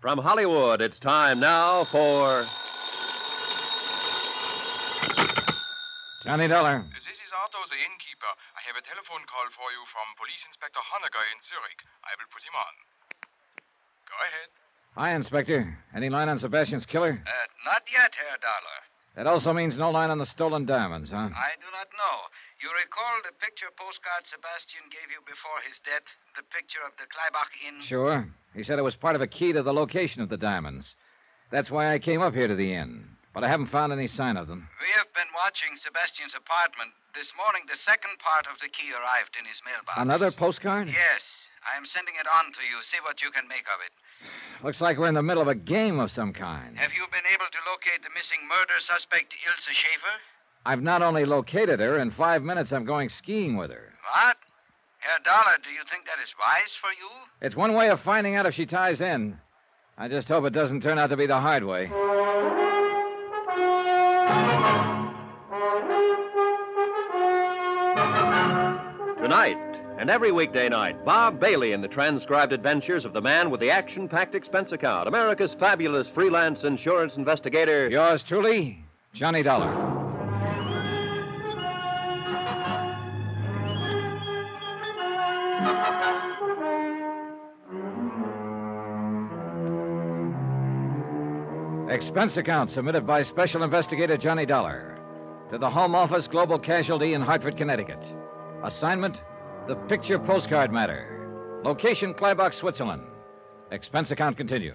From Hollywood, it's time now for. Johnny Dollar. This is Otto, the innkeeper. I have a telephone call for you from Police Inspector Honegger in Zurich. I will put him on. Go ahead. Hi, Inspector. Any line on Sebastian's killer? Uh, not yet, Herr Dollar. That also means no line on the stolen diamonds, huh? I do not know. You recall the picture postcard Sebastian gave you before his death? The picture of the Kleibach Inn? Sure. He said it was part of a key to the location of the diamonds. That's why I came up here to the inn. But I haven't found any sign of them. We have been watching Sebastian's apartment. This morning, the second part of the key arrived in his mailbox. Another postcard? Yes. I am sending it on to you. See what you can make of it. Looks like we're in the middle of a game of some kind. Have you been able to locate the missing murder suspect, Ilse Schaefer? I've not only located her, in five minutes I'm going skiing with her. What? Herr Dollar, do you think that is wise for you? It's one way of finding out if she ties in. I just hope it doesn't turn out to be the hard way. Tonight and every weekday night, Bob Bailey in the transcribed adventures of the man with the action packed expense account, America's fabulous freelance insurance investigator. Yours truly, Johnny Dollar. Expense account submitted by Special Investigator Johnny Dollar to the Home Office Global Casualty in Hartford, Connecticut. Assignment The Picture Postcard Matter. Location Kleibach, Switzerland. Expense account continued.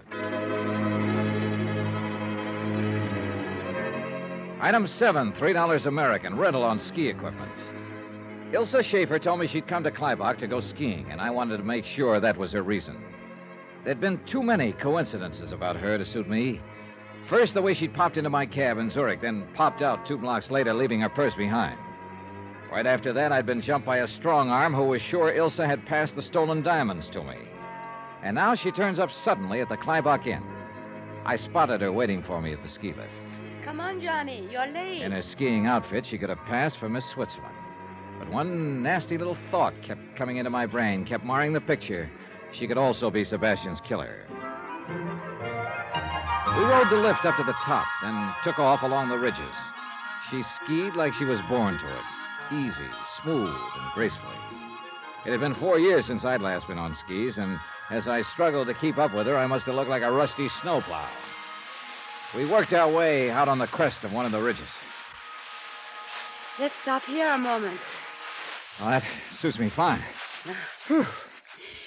Item seven, $3 American, rental on ski equipment. Ilsa Schaefer told me she'd come to Kleibach to go skiing, and I wanted to make sure that was her reason. There'd been too many coincidences about her to suit me. First, the way she'd popped into my cab in Zurich, then popped out two blocks later, leaving her purse behind. Right after that, I'd been jumped by a strong arm who was sure Ilsa had passed the stolen diamonds to me. And now she turns up suddenly at the Kleibach Inn. I spotted her waiting for me at the ski lift. Come on, Johnny. You're late. In her skiing outfit, she could have passed for Miss Switzerland. But one nasty little thought kept coming into my brain, kept marring the picture. She could also be Sebastian's killer. We rode the lift up to the top, then took off along the ridges. She skied like she was born to it easy, smooth, and gracefully. It had been four years since I'd last been on skis, and as I struggled to keep up with her, I must have looked like a rusty snowplow. We worked our way out on the crest of one of the ridges. Let's stop here a moment. Well, that suits me fine.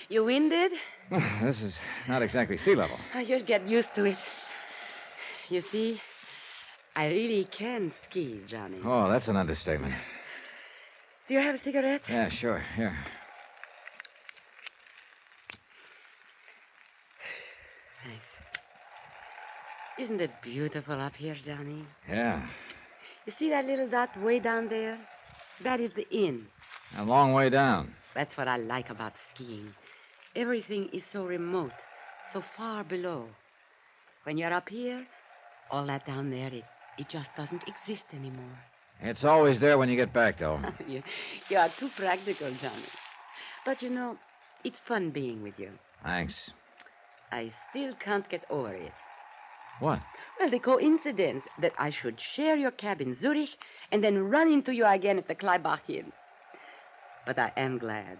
You winded? This is not exactly sea level. Oh, you'll get used to it. You see, I really can ski, Johnny. Oh, that's an understatement. Do you have a cigarette? Yeah, sure. Here. Thanks. Isn't it beautiful up here, Johnny? Yeah. You see that little dot way down there? That is the inn. A long way down. That's what I like about skiing. Everything is so remote, so far below. When you're up here, all that down there, it, it just doesn't exist anymore. It's always there when you get back, though. you, you are too practical, Johnny. But you know, it's fun being with you. Thanks. I still can't get over it. What? Well, the coincidence that I should share your cab in Zurich and then run into you again at the Kleibach Inn. But I am glad,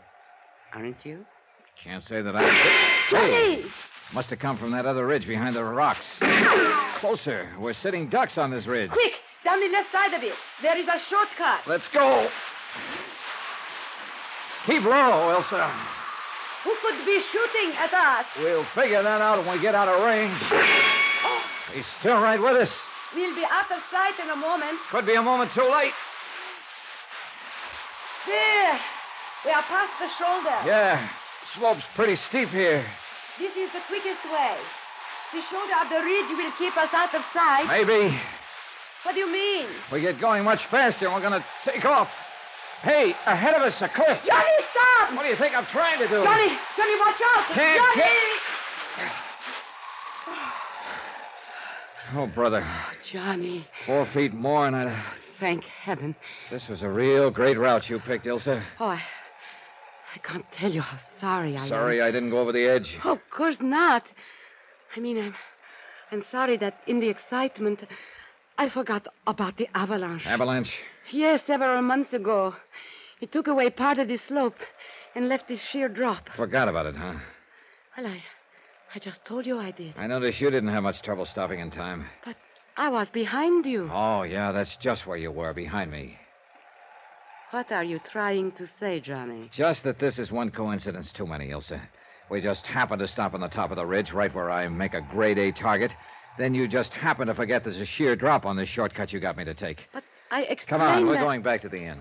aren't you? Can't say that I. Hey! Johnny! Must have come from that other ridge behind the rocks. Closer. We're sitting ducks on this ridge. Quick! Down the left side of it. There is a shortcut. Let's go. Keep low, Elsa. Who could be shooting at us? We'll figure that out when we get out of range. He's still right with us. We'll be out of sight in a moment. Could be a moment too late. There! We are past the shoulder. Yeah. Slope's pretty steep here. This is the quickest way. The shoulder of the ridge will keep us out of sight. Maybe What do you mean? we get going much faster and we're going to take off. Hey, ahead of us, a cliff. Johnny, stop! What do you think I'm trying to do? Johnny, Johnny, watch out! Can't Johnny! Oh, brother. Johnny, Four feet more and I. thank heaven. This was a real great route you picked, Ilsa. Oh, I, I can't tell you how sorry I am. Sorry I didn't go over the edge. Oh, of course not. I mean, I'm, I'm sorry that in the excitement, I forgot about the avalanche. Avalanche? Yes, several months ago. It took away part of the slope and left this sheer drop. Forgot about it, huh? Well, I, I just told you I did. I noticed you didn't have much trouble stopping in time. But I was behind you. Oh, yeah, that's just where you were, behind me. What are you trying to say, Johnny? Just that this is one coincidence too many, Ilsa. We just happened to stop on the top of the ridge, right where I make a grade A target. Then you just happen to forget there's a sheer drop on this shortcut you got me to take. But I Come explained. on, we're that- going back to the inn.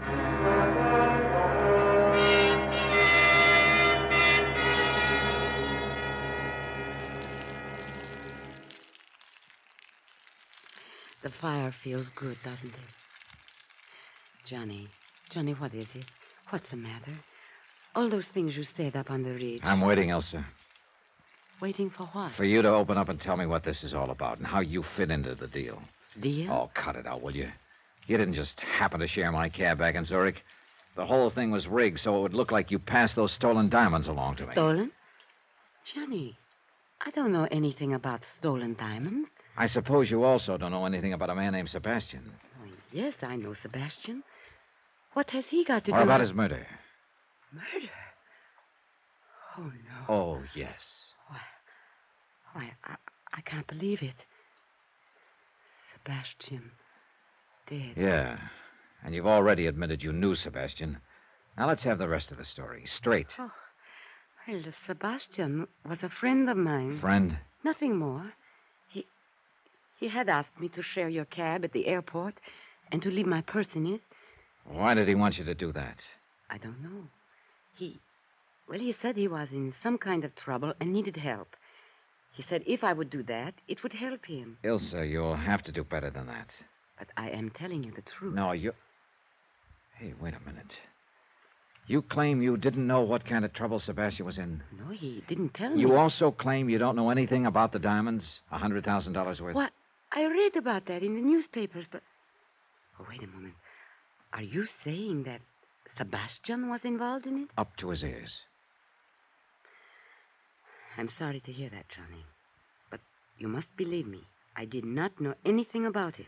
The fire feels good, doesn't it? Johnny, Johnny, what is it? What's the matter? All those things you said up on the ridge. I'm waiting, Elsa, Waiting for what? for you to open up and tell me what this is all about and how you fit into the deal. Deal? Oh, cut it out, will you? You didn't just happen to share my cab back in Zurich. The whole thing was rigged so it would look like you passed those stolen diamonds along to me. Stolen? Johnny, I don't know anything about stolen diamonds. I suppose you also don't know anything about a man named Sebastian Oh, yes, I know Sebastian. What has he got to or do about with his murder. murder? Oh, no. Oh, yes. Why, I, I can't believe it. Sebastian dead. Yeah. And you've already admitted you knew Sebastian. Now let's have the rest of the story straight. Well, Sebastian was a friend of mine. Friend, Nothing more. He he had asked me to share your cab at the airport and to leave my purse in it. why did he want you to do that? I don't know. He well, he said he was in some kind of trouble and needed help. He said if I would do that, it would help him. Ilsa, you'll have to do better than that. But I am telling you the truth. No, you. Hey, wait a minute. You claim you didn't know what kind of trouble Sebastian was in. No, he didn't tell me. You also claim you don't know anything about the diamonds, a $100,000 worth. What? I read about that in the newspapers, but oh, wait a moment. Are you saying that Sebastian was involved in it? Up to his ears. I'm sorry to hear that, Johnny. But you must believe me. I did not know anything about it.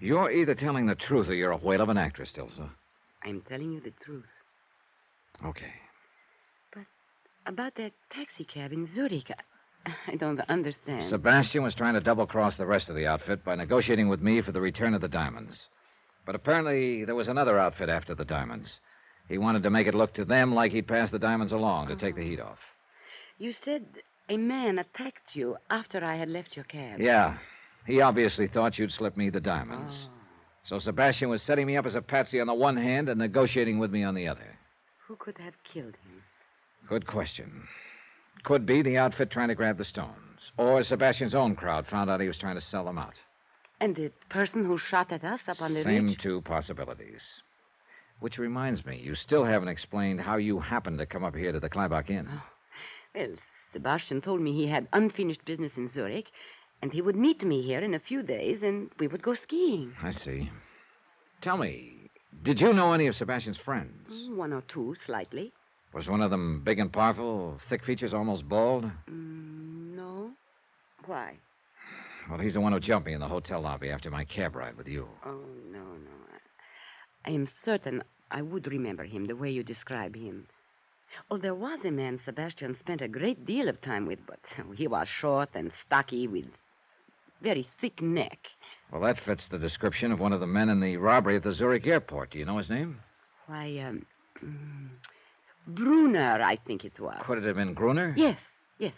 You're either telling the truth or you're a whale of an actress, Ilsa. I'm telling you the truth. Okay. About that taxi cab in Zurich, I, I don't understand. Sebastian was trying to double cross the rest of the outfit by negotiating with me for the return of the diamonds. But apparently, there was another outfit after the diamonds. He wanted to make it look to them like he'd passed the diamonds along to take the heat off. you said a man attacked you after I had left your cab. Yeah. He obviously thought you'd slip me the Oh, diamonds. So Sebastian was setting me up as a patsy on the one hand and negotiating with me on the other. who could have killed him? Good question. Could be the outfit trying to grab the stones, or Sebastian's own crowd found out he was trying to sell them out. And the person who shot at us up on the Same ridge? two possibilities. Which reminds me, you still haven't explained how you happened to come up here to the Kleibach Inn. Oh. Well, Sebastian told me he had unfinished business in Zurich, and he would meet me here in a few days, and we would go skiing. I see. Tell me, did you know any of Sebastian's friends? One or two, slightly. Was one of them big and powerful, thick features, almost bald? Mm, no. Why? Well, he's the one who jumped me in the hotel lobby after my cab ride with you. Oh, no, no. I- I am certain I would remember him the way you describe him. Oh, there was a man Sebastian spent a great deal of time with, but he was short and stocky with very thick neck. Well, that fits the description of one of the men in the robbery at the Zurich airport. Do you know his name? Why, um, mm, Brunner, I think it was. Could it have been Gruner? Yes, yes,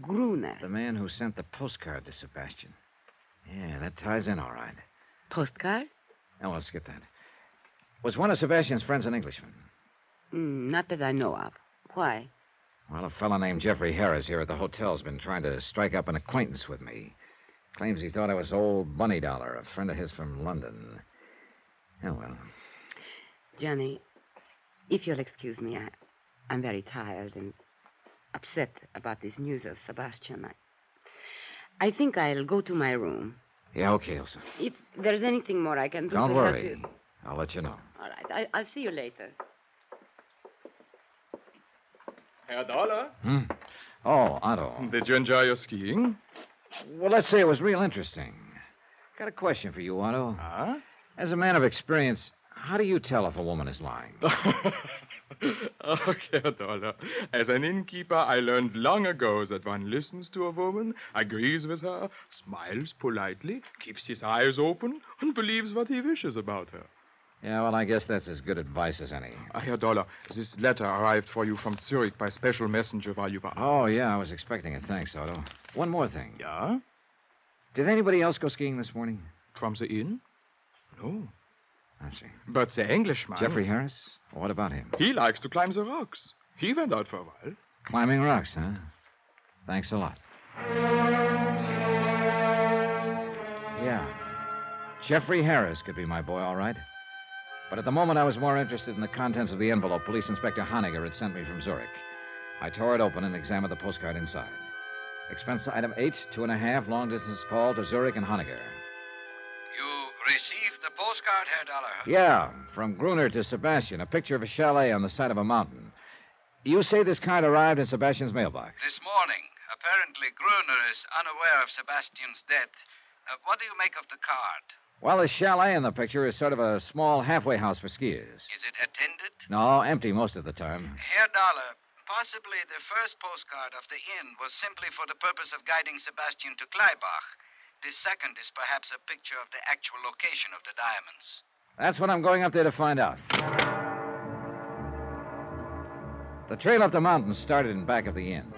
Gruner. The man who sent the postcard to Sebastian. Yeah, that ties in all right. Postcard? Oh, well, skip that. Was one of Sebastian's friends an Englishman? Mm, not that I know of. Why? Well, a fellow named Jeffrey Harris here at the hotel's been trying to strike up an acquaintance with me. Claims he thought I was old Bunny Dollar, a friend of his from London. Oh, well. Johnny, if you'll excuse me, I, I'm very tired and upset about this news of Sebastian. I, I think I'll go to my room. Yeah, okay, Elsa. If there's anything more I can do, Don't to help worry. you- I'll let you know. All right, I, I'll see you later. Herr Dollar? Hmm? Oh, Otto. Did you enjoy your skiing? Well, let's say it was real interesting. Got a question for you, Otto. Uh. Huh? As a man of experience, how do you tell if a woman is lying? okay, Dollar. As an innkeeper, I learned long ago that one listens to a woman, agrees with her, smiles politely, keeps his eyes open, and believes what he wishes about her. Yeah, well, I guess that's as good advice as any. Ah, Herr Dollar, this letter arrived for you from Zurich by special messenger while you were out. Oh, yeah, I was expecting it. Thanks, Otto. One more thing. Yeah? Did anybody else go skiing this morning? From the inn? No. I see. But the Englishman. Jeffrey Harris? What about him? He likes to climb the rocks. He went out for a while. Climbing rocks, huh? Thanks a lot. Yeah. Jeffrey Harris could be my boy, all right. But at the moment, I was more interested in the contents of the envelope Police Inspector Honiger had sent me from Zurich. I tore it open and examined the postcard inside. Expense item eight, two and a half, long distance call to Zurich and Honiger. You received the postcard, Herr Dollar. Yeah, from Gruner to Sebastian, a picture of a chalet on the side of a mountain. You say this card arrived in Sebastian's mailbox. This morning, apparently Gruner is unaware of Sebastian's death. Uh, what do you make of the card? Well, the chalet in the picture is sort of a small halfway house for skiers. Is it attended? No, empty most of the time. Herr Dollar, possibly the first postcard of the inn was simply for the purpose of guiding Sebastian to Kleibach. This second is perhaps a picture of the actual location of the diamonds. That's what I'm going up there to find out. The trail up the mountain started in back of the inn.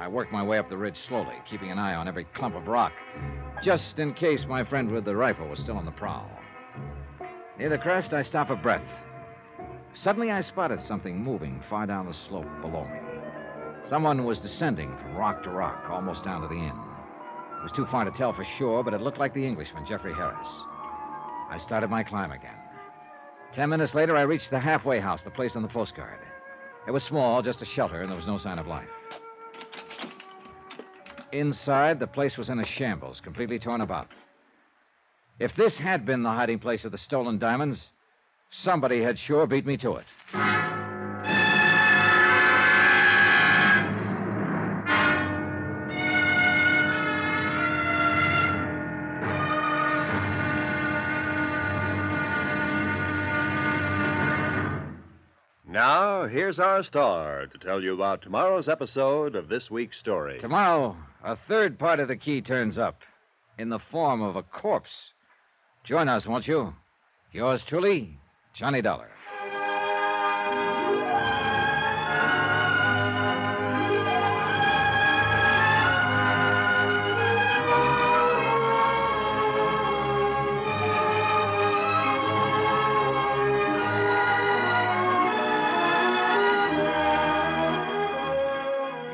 I worked my way up the ridge slowly, keeping an eye on every clump of rock, just in case my friend with the rifle was still on the prowl. Near the crest, I stopped for breath. Suddenly, I spotted something moving far down the slope below me. Someone was descending from rock to rock, almost down to the inn. It was too far to tell for sure, but it looked like the Englishman, Jeffrey Harris. I started my climb again. Ten minutes later, I reached the halfway house, the place on the postcard. It was small, just a shelter, and there was no sign of life. Inside, the place was in a shambles, completely torn about. If this had been the hiding place of the stolen diamonds, somebody had sure beat me to it. Now, here's our star to tell you about tomorrow's episode of this week's story. Tomorrow, a third part of the key turns up in the form of a corpse. Join us, won't you? Yours truly, Johnny Dollar.